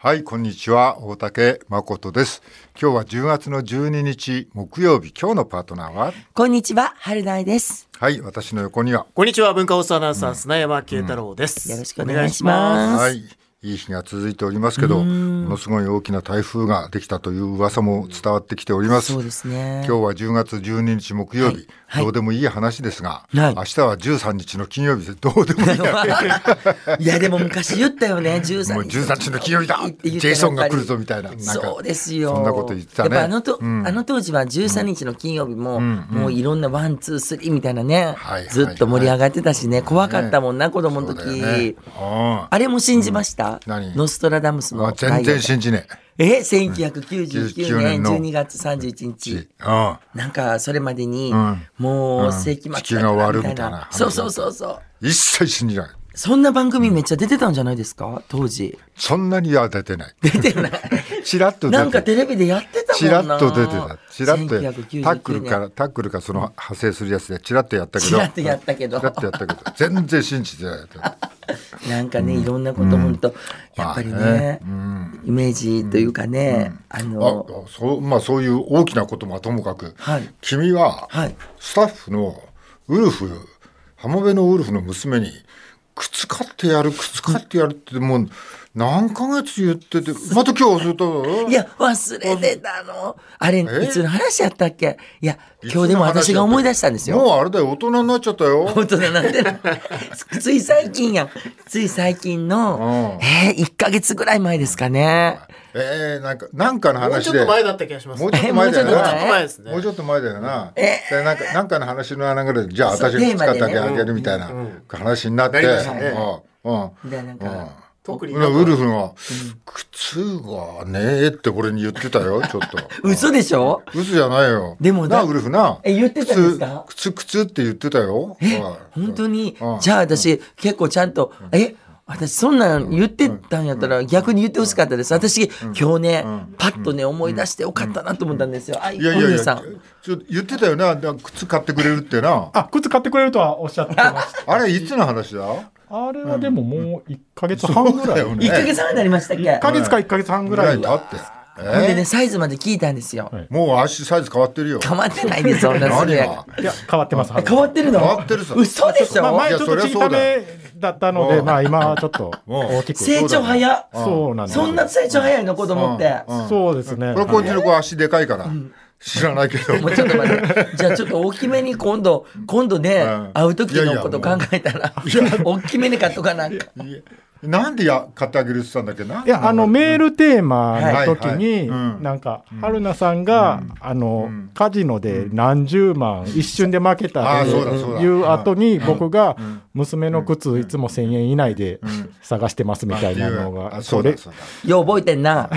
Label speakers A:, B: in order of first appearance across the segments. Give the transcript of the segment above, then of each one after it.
A: はい、こんにちは。大竹誠です。今日は10月の12日木曜日、今日のパートナーは、
B: こんにちは、春苗です。
A: はい、私の横には、
C: こんにちは、文化放送アナウンサー、砂山慶太郎です、
B: よろしくお願いしま
A: は
B: す。
A: い、いい日が続いておりますけど、ものすごい大きな台風ができたという噂も伝わってきております。
B: そうですね。
A: 今日は10月12日木曜日、
B: はいはい
A: どうでもいい話ですが、
B: はい
A: 明日は13日の金曜日でどうでもいい話
B: いや、でも昔言ったよね、13日。
A: もう13日の金曜日だ
B: って
A: ジ
B: 言った
A: ェイソンが来るぞみたいななんか
B: そうですよ。
A: そんなこと言ってたね
B: やっぱあのと、あの当時は13日の金曜日も、もういろんなワン、ツー、スリーみたいなね、
A: はい
B: ずっと盛り上がってたしね、怖かったもんな、子供の
A: そ
B: 時。
A: うだよねうん
B: あれも信じました、
A: うん何
B: ノストラダムス
A: まあ
B: の
A: 全然信じねえ。
B: え、1999
A: 99年
B: 年
A: の
B: 12月31日。
A: うん
B: なんかそれまでに、
A: ん
B: も
A: ん
B: う世紀末だ
A: 地球が終わるみたいな話
B: そうそうそうそう
A: 一切信じない。
B: そんな番組めっちゃ出てたんじゃないですか当時
A: そんなには出てない。
B: 出て ない
A: ちらっと出て
B: なんかテレビでやってたも
A: チ
B: んな
A: ラッと出 てた。チラッとや
B: 1999
A: タックルか
B: 年
A: らタックルかその派生するやつでチラッとやったけど。
B: チラッとやったけど
A: チラッとやったけど全然信じてない。
B: なんかね、いろんなこと本当、やっぱり
A: まあね
B: ね,、イメージというかね、あ
A: あ
B: の、
A: そうまあそういう大きなこともともかく、
B: はい
A: 君は
B: はい
A: スタッフのウルフ浜辺のウルフの娘に「くつかってやるくつかってやる」ってもう何ヶ月言っててまた今日忘れたの
B: いや忘れてたのあれい
A: え
B: つの話やったっけいや今日でも私が思い出したんですよ
A: もうあれだよ大人になっちゃったよ。
B: 大人な んてなつい最近やんつい最近の、
A: うん
B: えー、1か月ぐらい前ですかね
A: えー、なんか、なんかの
C: もう
A: 話
C: ちょっ
A: で。
C: と前だった気がします。
A: もう
C: もう
A: ち
C: ち
A: ょっと前だよな。
B: えもうちょっと
C: ょっと前ですね。
A: もうちょっと前だよな。でなんか、なんかの話の流れで、じゃあ、
B: そう
A: 私が
B: テーマ
A: 使っ
B: でね
A: てあげるみたいな話になって。
C: なりましたね
A: うんうん。
B: でなん
A: うん
B: か、
C: 特になんか
A: ウルフが、靴がねえって俺に言ってた よ、ちょっと。
B: 嘘でしょ
A: うん嘘じゃないよ。
B: でも
A: な
B: だ
A: あ、ウルフな。
B: え言ってたんですか
A: 靴、靴靴って言ってたよ。
B: え
A: はい
B: 本当に
A: うん
B: じゃあ私結構ちゃんとえ私そんなん言ってたんやったら逆に言ってほしかったです私今日ねパッとね思い出してよかったなと思ったんですよあい
A: いやいやいや、
B: さ
A: ち
B: ん
A: ょ言ってたよな、なんか靴買ってくれるってな。
D: あ、靴買ってくれるとはおっしゃってま した。
A: あれ、いつの話だ
D: あれはでももう1ヶ月半ぐらい。
A: そうだよね
B: 1か月半になりましたっけ
D: 1ヶ月か1ヶ月半ぐ
A: ぐ
D: ら
A: ら
D: い
A: い。経って。
B: ほんで
A: え
B: ねサイズまで聞いたんですよ
D: はい
A: もう足サイズ変わってるよ。
B: 変わってないですそんなそ
A: 何
B: れ
A: が
D: いや、変わってます。
B: 変わってるの
A: 変わってるさ
B: 嘘でし
D: まあ、
B: ょ
D: 前ちょっと小さめだったの
A: いやそりゃそうだよ
D: で、まあ今はちょっと大きく。
B: 成長早っ
D: そうなんです。
B: そんな成長早いの子供って
D: そうですね。
A: これこっちの子足でかいから、知らないけど。
B: もうちょっと待って。じゃあちょっと大きめに今度、今度ね、
A: うん
B: 会う時のこと考えたら、大きめに買っとかな。
A: いやなんでや買ってあげるって言ったんだっけな。
D: いや、あの、メールテーマの時
A: はいはい
D: に、
A: うん
D: なんか、春菜さんが、あの、カジノで何十万、一瞬で負けた
A: あー
D: って
A: そうだそうだ
D: いう後に、僕が、娘の靴いつも1000円以内で探してますみたいなの
A: あ
D: が、
A: そ
D: そうれ
A: だ、そうだ。
B: よう覚えてんな。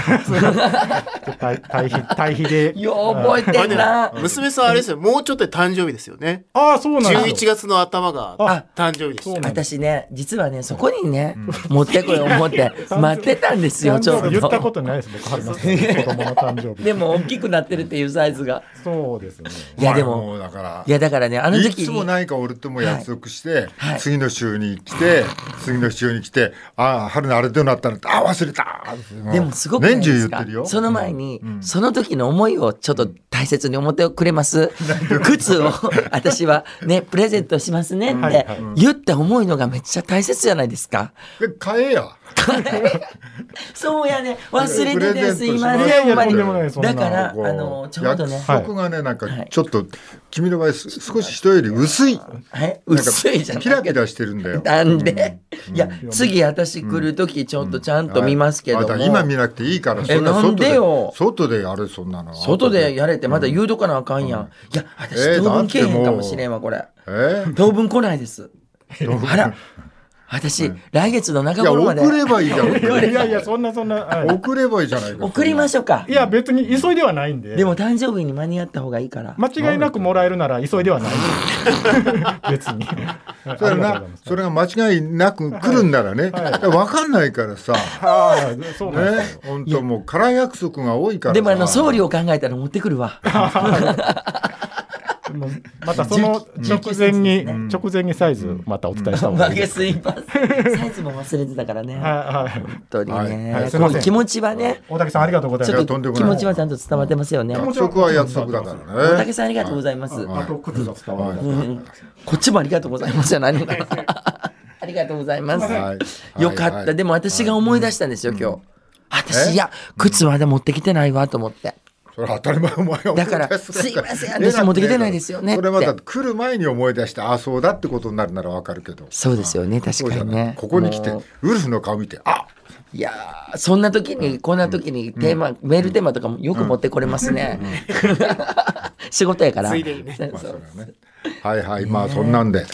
D: 対対比、対比で。
B: よう覚えてんな
C: あ。れ娘さんあれですよ、もうちょっとで誕生日ですよね。
D: ああ、そうなんだ。
C: 11月の頭が
D: あ
C: 誕生日ですよ。
D: そうなんだ
B: 私ね、実はね、そこにね、持ってこい思って、 待ってたんですよ、ちょう
D: 言ったこ
B: ど。
D: とないです、僕、春菜さんの子供の誕生日。
B: でも、大きくなってるっていうサイズが。
D: そうですね。
B: いや、で
A: お前
B: も、
A: うだから
B: い。や、だからね、あの
A: い
B: 時
A: つも
B: に、
A: 何か俺とも約束して、
B: はい
A: 次の週に来て、次の週に来て、ああ、春のあれどうなったのああ、忘れた
B: でもすごくない
A: 年中言
B: です
A: っ
B: か
A: てるよ。
B: その前に、その時の思いをちょっと大切に思ってくれます。靴を私はね、プレゼントしますねっ
D: はい
B: て
D: はい
B: 言って思いのがめっちゃ大切じゃないで すか。
A: で買えや。
B: そうやね、忘れててすいま
A: プレゼントします
B: せん。
A: いやい
D: や
B: ほんまに
D: とんでもないですそんな
B: だから、あ
A: こう
B: の、ちょうどね、
A: 約束がね、なんか
B: はい
A: ちょっと、君の場合、す少し人より薄い。
B: はい、
A: なんか
B: 薄いじゃない
A: キラキラしてるんだよ。
B: なんで、いや、次私来る時ちょっとちゃんと見ますけど
A: あ
B: も。
A: だから今見なくていいから、そんな
B: えなん
A: 外
B: で
A: で
B: よ
A: 外でやれ、そんなの。
B: 外でやれってまだ言うとかなあかんやん。いや、
A: えー
B: 私当分けえへんかもしれんわ、これ。
A: えー
B: 当分来ないです。あら、私、来月の中
A: いや、
B: 頃まで
A: 送ればいいじ ゃん。
D: いやいや、そんなそんな。はい
A: 送ればいいじゃないか。
B: 送りましょうか
D: い。や、別に急いではないんで。
B: でも誕生日に間に合った方がいいから。
D: 間違いなくもらえるなら急いではない。別に。
A: それな、それが間違いなく来るんならね、わ、かんないからさ、ね、
D: ああ、そうなんですよ。
A: 本当もう、空約束が多いからさ。
B: でもあの、送料考えたら持ってくるわ。
D: もうまたその直前に、直前にサイズまたお伝えした方が
B: 負
D: いいで
B: け
D: す。
B: すぎます。サイズも忘れてたからね。本
D: はいはい
B: 当にね。
D: はいはいすいま
B: こ
D: せん
B: う気持ちはね、
D: 大竹さんありがとうござい
B: ち
D: ま
B: ょ
D: す
B: っ。
A: とんで
B: と
A: もない
B: 気持ちはちゃんと伝わってますよね。
A: 約束は約束だから
B: 大
A: ね
B: 竹さんありがとうございます。
D: あと靴が伝わ
A: は
D: る。
A: い
B: こっちもありがとうございますじゃないのかな。 ありがとうございます。
A: はい
B: よかった、で
A: も
B: も私が思い出したんですよ、今日。私、いや、靴まだ持ってきてないわと思って。
A: それは当たり前お前が思い出す
B: だからすいません私持ってきてないですよね
A: それは
B: って
A: だって来る前に思い出してああそうだってことになるならわかるけど
B: そうですよね、確
A: そう
B: か
A: じゃ
B: に
A: ない
B: ね。
A: ここに来て
B: もう
A: ウルフの顔見てあ
B: いやーそんな時に、こんな時にテーマ、メールテーマとかもよく持ってこれますね。 仕事やから。
C: ついでにね
B: そう
A: まあ
B: そ
A: それ
B: う
A: はねはいはいまあそんなんで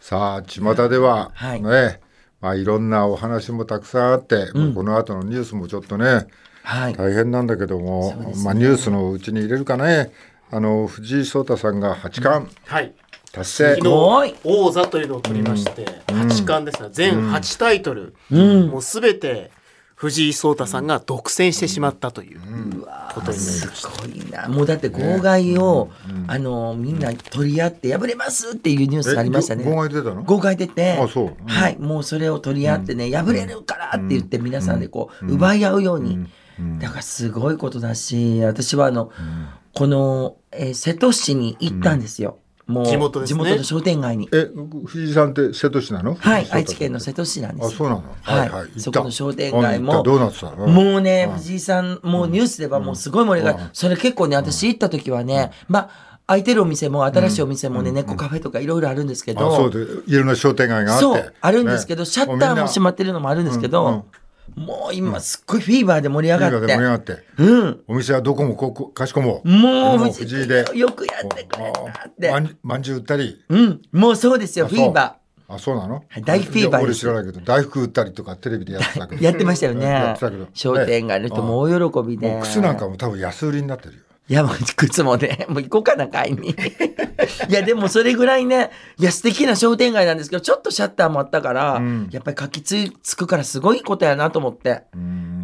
A: さあ巷では
B: はい
A: ねまあいろんなお話もたくさんあってもうこの後のニュースもちょっとね
B: はい。
A: 大変なんだけども、まあ、ニュースのうちに入れるかねあの藤井聡太さんが八冠
C: はい。
A: 達成、
C: 昨
B: すごい
C: 日王座というのを取りまして、八冠ですね全八タイトル、もうすべて藤井聡太さんが独占してしまったということになります。
B: すごいな。もうだって、号外を、あのー、みんな取り合って、破れますっていうニュースありましたね。
A: えご号外出たの
B: 号外出て、
A: あそううん
B: はい、もうそれを取り合ってね、破れるからって言って皆さんでこう、奪い合うように。だからすごいことだし、私はあの、この、えー瀬戸市に行ったんですよ。もう、
C: 地元ですね
B: の商店街に。
A: え藤井さんって瀬戸市なの
B: はい
A: 藤井聡太、さん
B: 愛知県の瀬戸市なんで
A: あ
B: す
A: そう
B: よ。
A: なの
B: はい
A: はい行った
B: そこの商店街も
A: うん行ったどうなってたの
B: もうね、藤井さん、もうニュースではもうすごい盛り上がり、それ結構ね、私行った時はね、まあ、空いてるお店も新しいお店もね、猫カフェとかいろいろあるんですけ
A: あ
B: ど、
A: そうでいろんな商店街があって
B: そうあるんですけど、シャッターも閉ま
A: っ
B: ってるのもあるんですけど、
A: うん
B: もう今すっごいフィーバーで盛り上
A: て
B: が
A: 盛
B: っ
A: り上
B: て
A: がって、お店はどこもここかしこも
B: もう
A: もう
B: 藤
A: 藤井
B: 井
A: で
B: よくやってくれたって
A: まんまんじゅう売ったり
B: うんもうそうですよフィーバ
A: ーあそうなの
B: はい大フィーバー
A: いや俺
B: です
A: 知らないけど大福売ったりとかテレビでやってたけど
B: ーやってました よ
A: や
B: ね
A: ってたけど
B: 商店街の人も大喜びで、
A: もう靴なんかも多分安売りになってるよ
B: いやもう靴もね もう行こうかな買い にいやでもそれぐらいねいや素敵な商店街なんですけどちょっとシャッターもあったから、
A: ん
B: やっぱり活気つつくからすごいことやなと思って、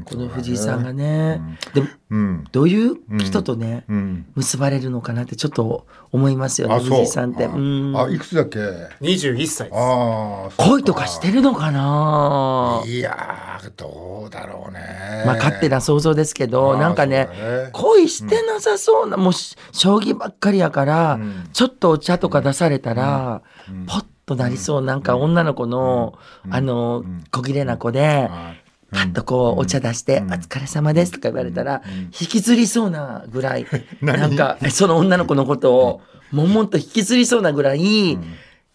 B: この藤井さんがね、でも
A: うん
B: どういう人とね、
A: うん
B: 結ばれるのかなってちょっと思いますよね
A: あそう
B: 藤井さんってうん
A: あいくつだっけ
C: 21歳です。
A: ああ
B: 恋とかしてるのかない
A: やーどうだろうね
B: まあ勝手な想像ですけ
A: あ
B: ど
A: ー
B: なんかね
A: そうだね
B: 恋してなさそうなもうし将棋ばっかりやから、
A: ん
B: ちょっとお茶とか出されたら、ポッとなりそうなんか女の子の、あの小切れな子で。
A: はい
B: パッとこうお茶出して「お疲れ様です」とか言われたら引きずりそうなぐ らいなんかその女の子のことをもんもんと引きずりそうなぐらい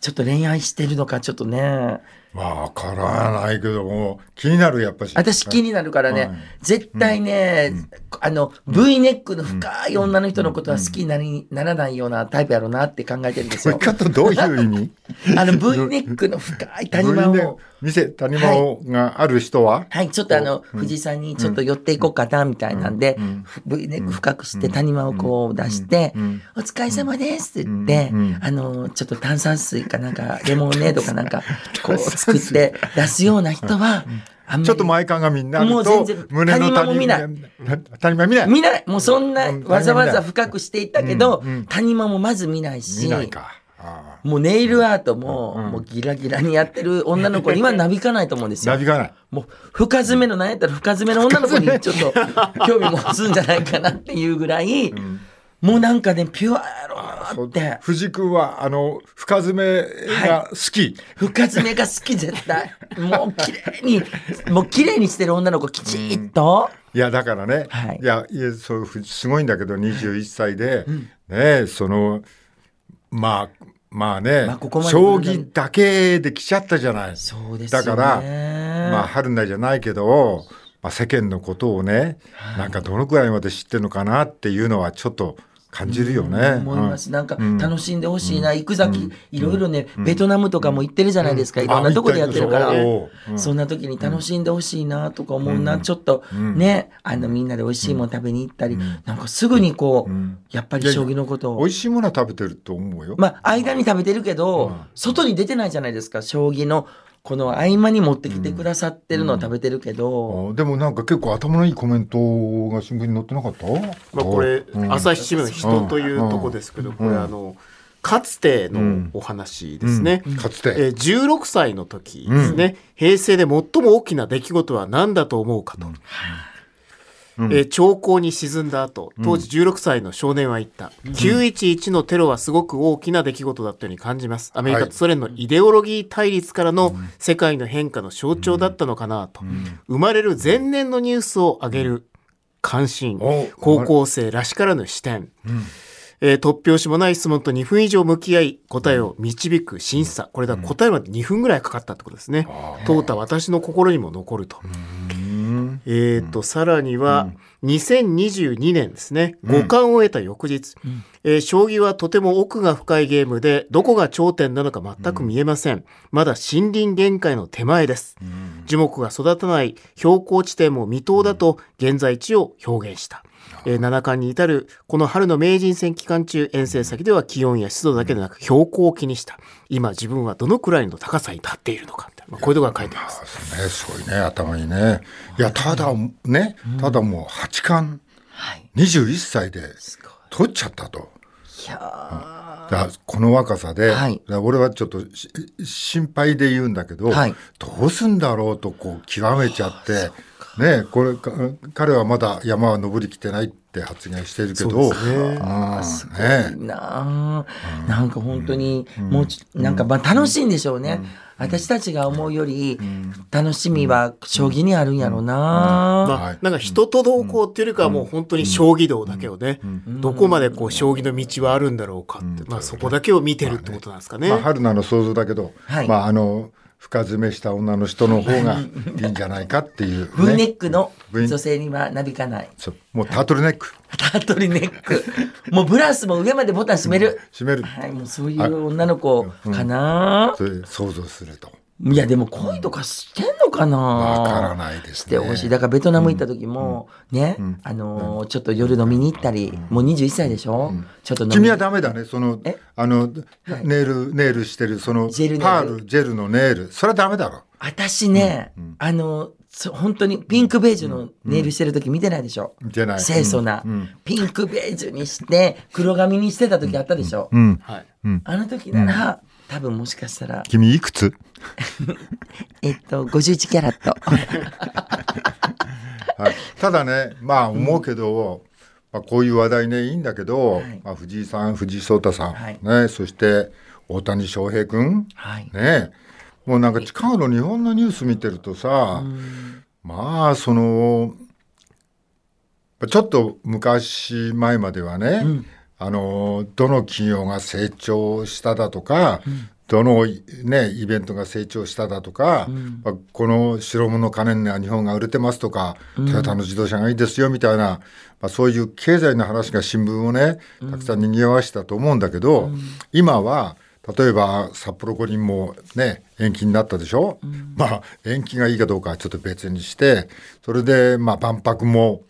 B: ちょっと恋愛してるのかちょっとね
A: まあわからないけども気になるやっぱし
B: 私気
A: に
B: になるから
A: はい
B: ね絶対ねあの V ネックの深い女の人のことは好きになりならないようなタイプやろうなって考えてるんです
A: それ
B: よ。
A: かとどういう意味
B: あの V ネックの深い 谷間
A: どういう
B: を
A: ね店谷間をがある人は、
B: はい、ちょっとあの、藤井さんにちょっと寄っていこうかな、みたいなんで、V ネック深くして谷間をこう出して、お疲れ様ですって言って、あの、ちょっと炭酸水かなんか、レモネードかな んか、こう作って出すような人は、あんまり
A: ちょっと前感がみんなある
B: もう
A: と
B: 全然
A: 胸の
B: 谷間も見ない
A: 谷間見ない
B: 見ない。もうそんな、
A: うん
B: わざわざ深くしていったけど、
A: うんうん
B: 谷間もまず見ないし、
A: 見ないかああ
B: もうネイルアートも、もうギラギラにやってる女の子にはなびかないと思うんですよ。
A: なびかない
B: もう深詰めの何やったら深詰めの女の子にちょっと興味持つんじゃないかなっていうぐらい、もうなんかねピュアやろうなって
A: 藤井君はあの深爪が好き、
B: 深詰めが好き絶対もう綺麗にもう綺麗にしてる女の子きちっと、
A: いやだからね、
B: はい
A: やいやそうふすごいんだけど21歳で、ねそのまあまあね、
B: まあここまで
A: 将棋だけで来ちゃったじゃない
B: そうですよ
A: だか
B: ね
A: らまあ春菜じゃないけど、まあ、世間のことをね、なんかどのくらいまで知ってるのかなっていうのはちょっと感じるよね。
B: 思います、なんか
A: ん
B: 楽しんでほしいな、行く先、いろいろね、ベトナムとかも行ってるじゃないですか、いろんなとこでやってるから、
A: あ行ったりそう
B: そんな時に楽しんでほしいなとか思うな、ちょっとねあのみんなで美味しいもの食べに行ったり、なんかすぐにこう、やっぱり将棋のこと
A: うん
B: を
A: 美味しいものは食べてると思うよ。
B: まあ間に食べてるけど、外に出てないじゃないですか将棋のこの合間に持ってきてくださってるのを食べてるけど、
A: あでもなんか結構頭のいいコメントが新聞に載ってなかった
C: まあ、これ、
A: うん
C: 朝日新聞の人というとこですけど、これあのかつてのお話ですね。
A: かつ
C: えー
A: て、
C: 16歳の時ですね、平成で最も大きな出来事は何だと思うかと、えー長考に沈んだ後当時16歳の少年は言った、911のテロはすごく大きな出来事だったように感じますアメリカ
A: は
C: と
A: い
C: ソ連のイデオロギー対立からの世界の変化の象徴だったのかなと、生まれる前年のニュースを上げる関心
A: お
C: 高校生らしからぬ視点、えー突拍子もない質問と2分以上向き合い答えを導く審査これだ答えまで2分ぐらいかかったってことですね淘汰私の心にも残ると、えー、と、さらには、2022年ですね、五冠を得た翌日、えー将棋はとても奥が深いゲームで、どこが頂点なのか全く見えません。まだ森林限界の手前です。樹木が育たない標高地点も未踏だと現在地を表現した。えー七冠に至るこの春の名人戦期間中遠征先では気温や湿度だけでなく標高を気にした今自分はどのくらいの高さに立っているのかみたいな、まあこういうところが書いてあります。
A: そうね、すごいね、頭にね。いや、ただ、ね、ただもう八冠、
B: はい。
A: 21歳です
B: ごい。
A: 取っちゃったと。
B: いや
A: だこの若さで、
B: はい
A: だ俺はちょっとし心配で言うんだけど、
B: はい
A: どうすんだろうとこう極めちゃって、ね、これか彼はまだ山は登りきてないって発言してるけど、
C: そうですね
A: あ
B: ー
A: ー
B: すご
A: ね
B: いなあ、なんか本当に、もうちょなんかまあ楽しいんでしょうね。私たちが思うより、楽しみは将棋にあるんやろうな、
C: まあ
A: はい
C: なんか人と同行っていうよりかはもう本当に将棋道だけをね、どこまでこう将棋の道はあるんだろうかって、まあ、そこだけを見てるってことなんですかね。
A: まあ、春菜の想像だけど、
B: はい
A: まあ、あの深詰めした女の人の方 がいいんじゃないかっていう、
B: V ネ
A: ね、
B: ックの
A: V-
B: 女性にはなびかない。
A: そうもうタートルネック
B: タートルネック。もうブラウスも上までボタン閉める。
A: 締める
B: はい、もうそういう女の子かな、
A: という想像すると
B: いや、でも恋とかしてんのかな
A: わからないですね。
B: してほしい。だからベトナム行った時も、ね、あのーちょっと夜飲みに行ったり、もう21歳でしょ、ちょっと飲み
A: 君
B: に
A: はダメだね。その
B: え、
A: あの、
B: はい
A: ネイル、ネイルしてる、その、
B: ジェルネイル
A: パール、ジェルのネイル。それはダメだろ。
B: 私ね、あのーそ本当にピンクベージュのネイルしてる時見てないでしょ、
A: 見てない
B: 清楚な、ピンクベージュにして黒髪にしてた時あったでしょ、
A: うん。
C: はい、
B: あの時なら、多分もしかしたら
A: 君いくつ
B: えっと51キャラット
A: はい。ただね、まあ思うけど、まあこういう話題ね、いいんだけど、
B: い
A: まあ藤井さん、藤井聡太さん、
B: はい
A: ね、そして大谷翔平君、
B: はい
A: ね、もうなんか近頃日本のニュース見てるとさ、まあそのちょっと昔前まではね、あのどの企業が成長しただとか、どの、ね、イベントが成長しただとか、まあこの白物家電には日本が売れてますとか、トヨタの自動車がいいですよみたいな、まあ、そういう経済の話が新聞をねたくさん賑わしたと思うんだけど、今は例えば札幌五輪もね延期になったでしょ、まあ延期がいいかどうかはちょっと別にしてそれでまあ万博も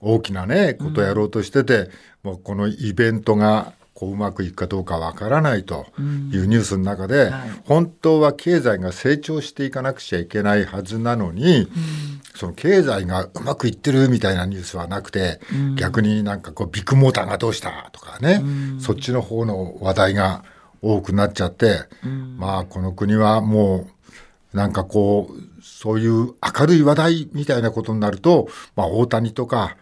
A: 大きなねことをやろうとしてて、もうこのイベントがこううまくいくかどうかわからないというニュースの中で、本当は経済が成長していかなくちゃいけないはずなのに、その経済がうまくいってるみたいなニュースはなくて、逆になんかこうビッグモーターがどうしたとかね、そっちの方の話題が多くなっちゃって、まあこの国はもうなんかこうそういう明るい話題みたいなことになると、まあ、大谷とか、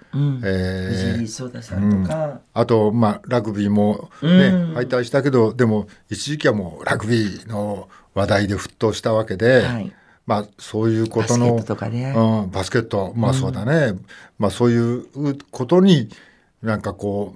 A: えー
B: 藤井聡太さんとか、
A: あと、まあ、ラグビーも、ね敗退したけどでも一時期はもうラグビーの話題で沸騰したわけで、
B: はい
A: まあ、そういうこ
B: バス
A: と
B: ケ
A: の
B: ットとかね、
A: うん、バスケットまあそうだね、まあそういうことになんかこ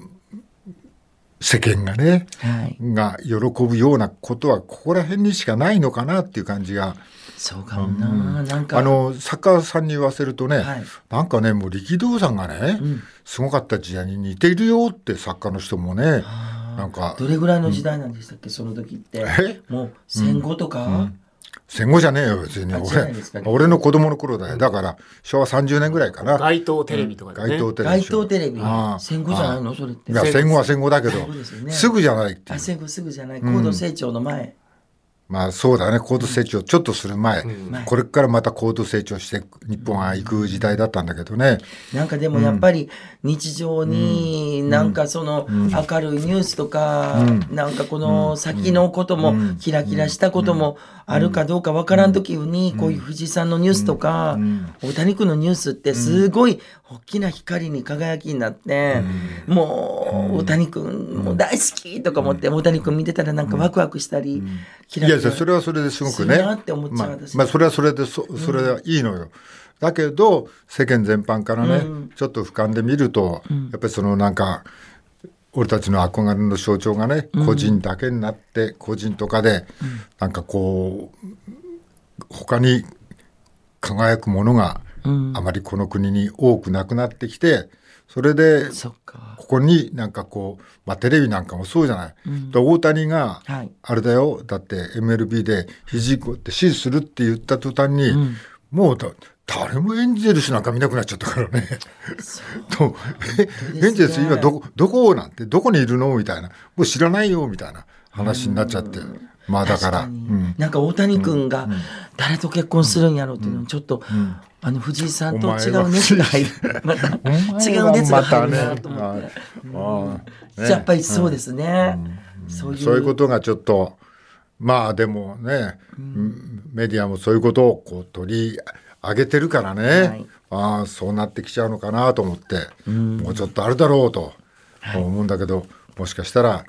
A: う世間がね
B: はい
A: が喜ぶようなことはここら辺にしかないのかなっていう感じが
B: そうかもな、なんか
A: あのサッカーさんに言わせるとね、
B: はい
A: なんかねもう力道山がね、すごかった時代に似ているよって作家の人もねなんか
B: どれぐらいの時代なんでしたっけ、その時って
A: え
B: もう戦後とか、
A: 戦後じゃねえよ別に
B: あ違うんですか
A: 俺俺の子供の頃だよだから昭和30年ぐらいかな
C: 街頭テレビとかでね、
A: 街頭テレビ
B: 街頭テレビ
A: ああ
B: 戦後じゃないのそれって
A: いや戦後は戦後だけど
B: そうですよね
A: すぐじゃないっていう
B: あ戦後すぐじゃない高度成長の前、
A: まあそうだね、高度成長ちょっとする前、
B: ん
A: これからまた高度成長して日本は行く時代だったんだけどね。
B: なんかでもやっぱり日常になんかその明るいニュースとかなんかこの先のこともキラキラしたこともあるかどうかわからん時にこういう藤井さんのニュースとか大谷君のニュースってすごい大きな光に輝きになってもう大谷君もう大好きとか思って大谷君見てたらなんかワクワクしたりキ
A: い
B: ラキ
A: や
B: ラ
A: いやそれはそれですごくね。
B: するなって思っちゃう
A: まあ
B: 私
A: まあそれはそれでそそれはいいのよ。だけど世間全般からね、ちょっと俯瞰で見ると、やっぱりそのなんか俺たちの憧れの象徴がね、個人だけになって個人とかで、なんかこう他に輝くものがあまりこの国に多くなくなってきてそれで
B: そっか
A: ここになんかこう、まあ、テレビなんかもそうじゃない。で大谷が、
B: はい
A: あれだよだって MLB で肘こうやって支持するって言った途端に、もうだ誰もエンゼルスなんか見なくなっちゃったからね。 と
B: す
A: え
B: ね
A: エンゼルス今どこどこなんてどこにいるのみたいなもう知らないよみたいな話になっちゃって、まあだから、う
B: 確に
A: ん、
B: なんか大谷君が誰と結婚するんやろうっていうのもちょっと、あの藤井さんと違う熱が 入るまた違う熱が入る なと思って、
A: ああね
B: やっぱりそうですね、そういう
A: そういうことがちょっとまあでもね、メディアもそういうことをこう取り上げてるからね、
B: はい
A: ああそうなってきちゃうのかなと思って、もうちょっとあるだろうと思うんだけど、もしかしたら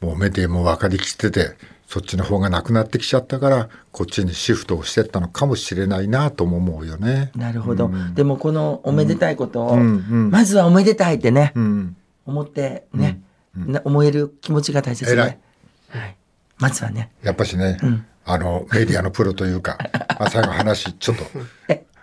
A: もうメディアも分かりきっててそっちの方がなくなってきちゃったからこっちにシフトをしてったのかもしれないなとも思うよね。
B: なるほど、でもこのおめでたいことを、
A: んうん
B: まずはおめでたいってね、
A: うん、
B: 思ってね、な思える気持ちが大切で、
A: 偉い
B: はい、まずはね
A: やっぱしね、あのメディアのプロという か、まあ、最後話ちょっと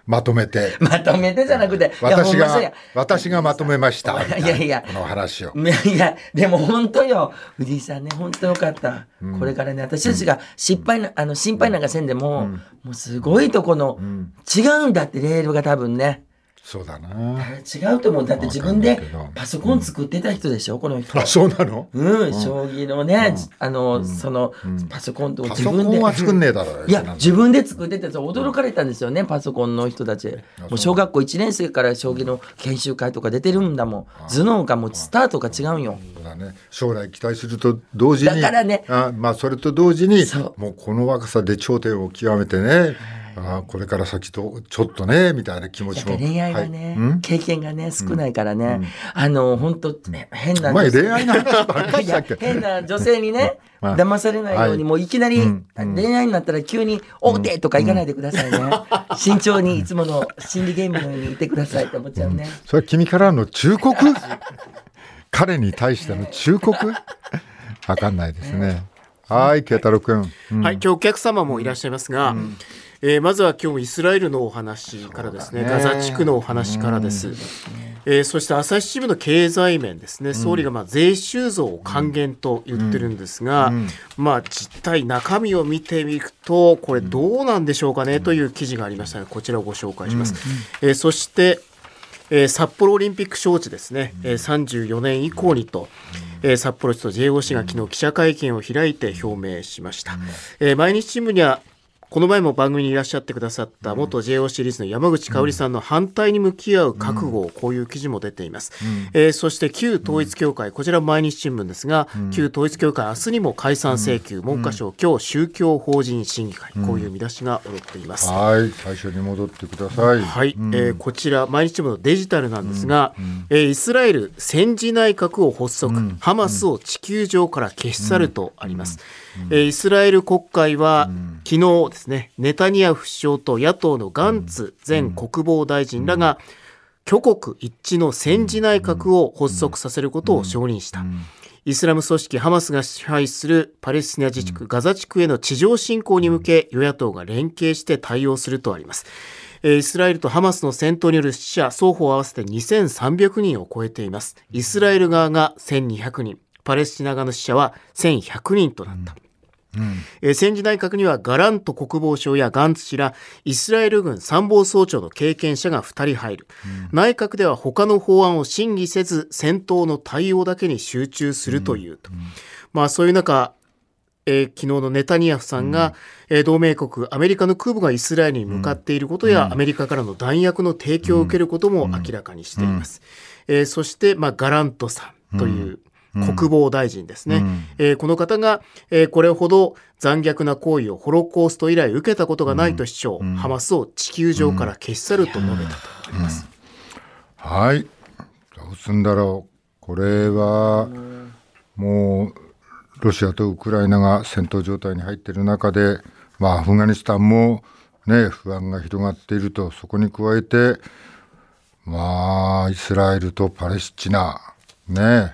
A: まとめて。
B: まとめてじゃなくていやほ
A: 私
B: んまそう
A: が
B: や、
A: 私がまとめました。
B: いや
A: みた
B: いやいや
A: この話を。
B: いや いや、でも本当よ。藤井さんね、本当よかった。これからね、私たちが失敗な、あの、心配なんかせんでも、もうすごいとこの、違うんだってレールが多分ね。
A: そうだな。
B: 違うと思う。だって自分
A: わ
B: で
A: かんないけど
B: パソコン作ってた人でしょ、この人
A: あ、。そうなの
B: うん、将棋のね、じあの、その、パソコンと
A: パ
B: 自
A: ソコ
B: 分で
A: ン。は作んねえだろう。
B: いや
A: そんなの
B: 自分で作っててそう驚かれたんですよねパソコンの人たちもう小学校1年生から将棋の研修会とか出てるんだもん頭脳がもうスタートが違うんよ
A: そうだね。将来期待すると同時に。
B: だからね
A: あまあ、それと同時に
B: そ、
A: もうこの若さで頂点を極めてね、あこれから先と、ちょっとね、みたいな気持
B: やっ
A: ち
B: ぱ
A: も。
B: 恋愛はね、経験がね少ないからね、あの本当変
A: は
B: ない
A: お前恋愛の話ばっかりし
B: い
A: た
B: や
A: っけ
B: 変な女性 にね、
A: うん
B: 騙されないように、
A: はい
B: もういきなり
A: うん
B: 恋愛になったら急に「おうて!」とか行かないでくださいね、慎重にいつもの心理ゲームのようにいてくださいって思っちゃうね、
A: それは君からの忠告 彼に対しての忠告わかんないですね。はい、慶太郎くん。うん
C: はい、今日お客様もいらっしゃいますが、えーまずは今日イスラエルのお話からですね
A: そうだ
C: ガ
A: ね
C: ザ地区のお話からです、えーそして朝日新聞の経済面ですね総理がまあ税収増を還元と言ってるんですが、まあ、実態中身を見てみるとこれどうなんでしょうかねという記事がありましたのでこちらをご紹介します、えーそしてえー札幌オリンピック招致ですね、えー34年以降にと、えー札幌市と JOC が昨日記者会見を開いて表明しました。えー毎日新聞にはこの前も番組にいらっしゃってくださった元 JOC 理事の山口香織さんの反対に向き合う覚悟をこういう記事も出ています、えーそして旧統一教会こちら毎日新聞ですが、旧統一教会明日にも解散請求文科省今日宗教法人審議会こういう見出しが踊っています、
A: はい、最初に戻ってください。
C: はい、えーこちら毎日新聞のデジタルなんですが、えーイスラエル戦時内閣を発足、ハマスを地球上から消し去るとあります、えーイスラエル国会は、昨日ですねネタニヤフ首相と野党のガンツ前国防大臣らが、挙国一致の戦時内閣を発足させることを承認した。イスラム組織ハマスが支配するパレスチナ自治区ガザ地区への地上侵攻に向け与野党が連携して対応するとあります。えーイスラエルとハマスの戦闘による死者双方合わせて2300人を超えています。イスラエル側が1200人、パレスチナ側の死者は1100人となった。えー戦時内閣にはガラント国防相やガンツ氏らイスラエル軍参謀総長の経験者が2人入る、内閣では他の法案を審議せず戦闘の対応だけに集中するというと、まあ、そういう中えー昨日のネタニヤフさんが、えー同盟国アメリカの空母がイスラエルに向かっていることや、アメリカからの弾薬の提供を受けることも明らかにしています。えーそして、まあ、ガラントさんという国防大臣ですね。
A: うん
C: えーこの方が、えーこれほど残虐な行為をホロコースト以来受けたことがないと主張、
A: うん
C: ハマスを地球上から消し去ると述べたとあります。
A: はい。どうすんだろう。これは、もう、ロシアとウクライナが戦闘状態に入っている中で、まあ、アフガニスタンも、ね、不安が広がっていると、そこに加えて、まあ、イスラエルとパレスチナ、ね、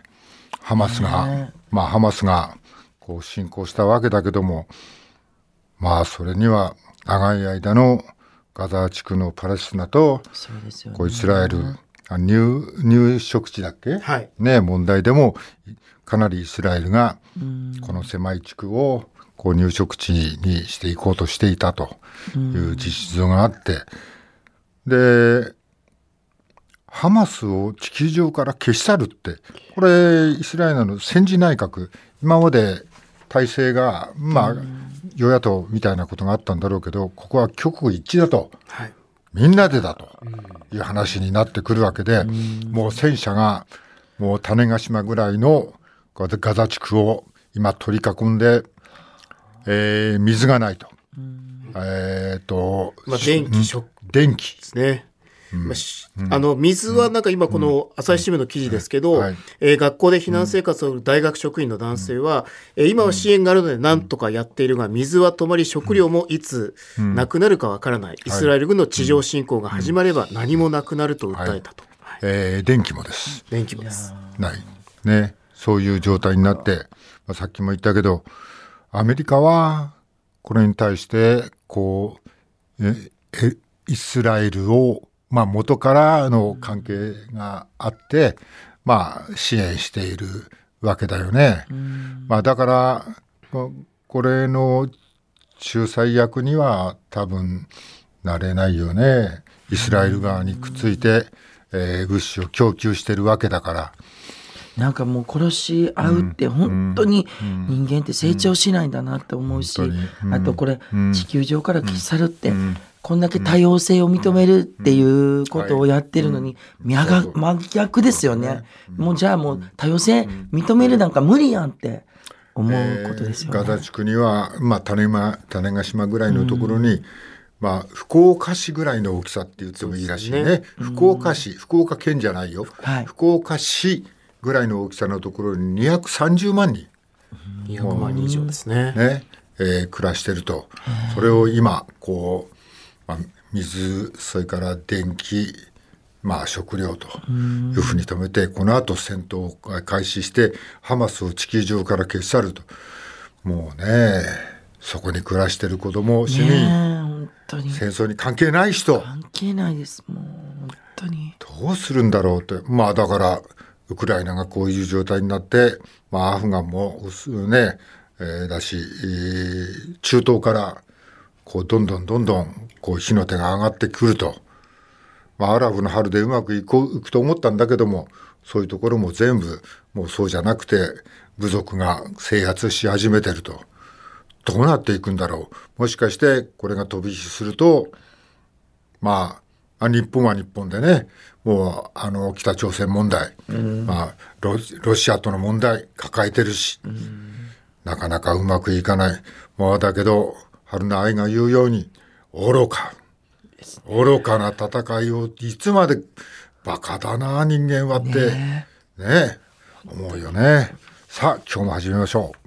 A: ハマスが、まあ、ハマスが、こう、侵攻したわけだけども、まあ、それには、長い間のガザ地区のパレスチナと、
B: そうですよね
A: こうイスラエル、あ入入植地だっけ、
C: はい
A: ね、問題でもかなりイスラエルがこの狭い地区をこう入植地にしていこうとしていたという実像があってでハマスを地球上から消し去るってこれイスラエルの戦時内閣今まで体制がまあ与野党みたいなことがあったんだろうけどここは極右一致だと。
C: はい
A: みんなでだという話になってくるわけで、もう戦車がもう種子島ぐらいのガザガザ地区を今取り囲んで、えー水がないと。えっと、
C: まあ、電気ショック
A: 電気。
C: ですね。まあしあの水はなんか今この朝日新聞の記事ですけど、
A: はい
C: えー学校で避難生活を送る大学職員の男性は、えー今は支援があるので何とかやっているが水は止まり食料もいつなくなるかわからない、イスラエル軍の地上侵攻が始まれば何もなくなると訴えたと、はい
A: えー電気もです。
C: 電気です。
A: ない。ね。そういう状態になって、まあ、さっきも言ったけど、アメリカはこれに対して、こう、ええイスラエルを、まあ、元からの関係があって、まあ、支援しているわけだよね。まあ、だから、ここれの仲裁役には多分なれないよね。イスラエル側にくっついて、えー物資を供給してるわけだから。
B: なんかもう殺し合うって本当に人間って成長しないんだなって思うし、
A: うん本当にうん
B: あとこれ
A: うん
B: 地球上から消し去るって、
A: ん
B: こんだけ多様性を認めるっていうことをやってるのに、真逆真逆ですよね、もうじゃあもう多様性認めるなんか無理やんって思うことですよね。
A: えーガザ地区には、まあ、種間種子島ぐらいのところに、まあ、福岡市ぐらいの大きさって言ってもいいらしいね
C: そう
A: 福岡市、福岡県じゃないよ、
B: はい
A: 福岡市ぐらいの大きさのところに230万人、
C: 200万人以上ですね。
A: ねえー暮らしてるとそれを今こう、まあ、水それから電気まあ食料というふうに止めてこのあと戦闘を開始してハマスを地球上から消し去るともうねそこに暮らしてる子供市
B: ね
A: 民、
B: え本当に
A: 戦争に関係ない人
B: 関係ないですもう本当に。
A: どうするんだろうってまあだからウクライナがこういう状態になって、まあ、アフガンもね、えーだし、えー中東からこうどんどんどんどんこう火の手が上がってくると、まあ、アラブの春でうまくいこういくと思ったんだけどもそういうところも全部もうそうじゃなくて部族が制圧し始めてるとどうなっていくんだろうもしかしてこれが飛び火するとまあ、あ日本は日本でね、もうあの北朝鮮問題、まあロ、ロシアとの問題抱えてるし、なかなかうまくいかない。まあ、だけど、春の愛が言うように、愚か、愚かな戦いをいつまで、バカだな、人間はって、ねえ思うよね。さあ、今日も始めましょう。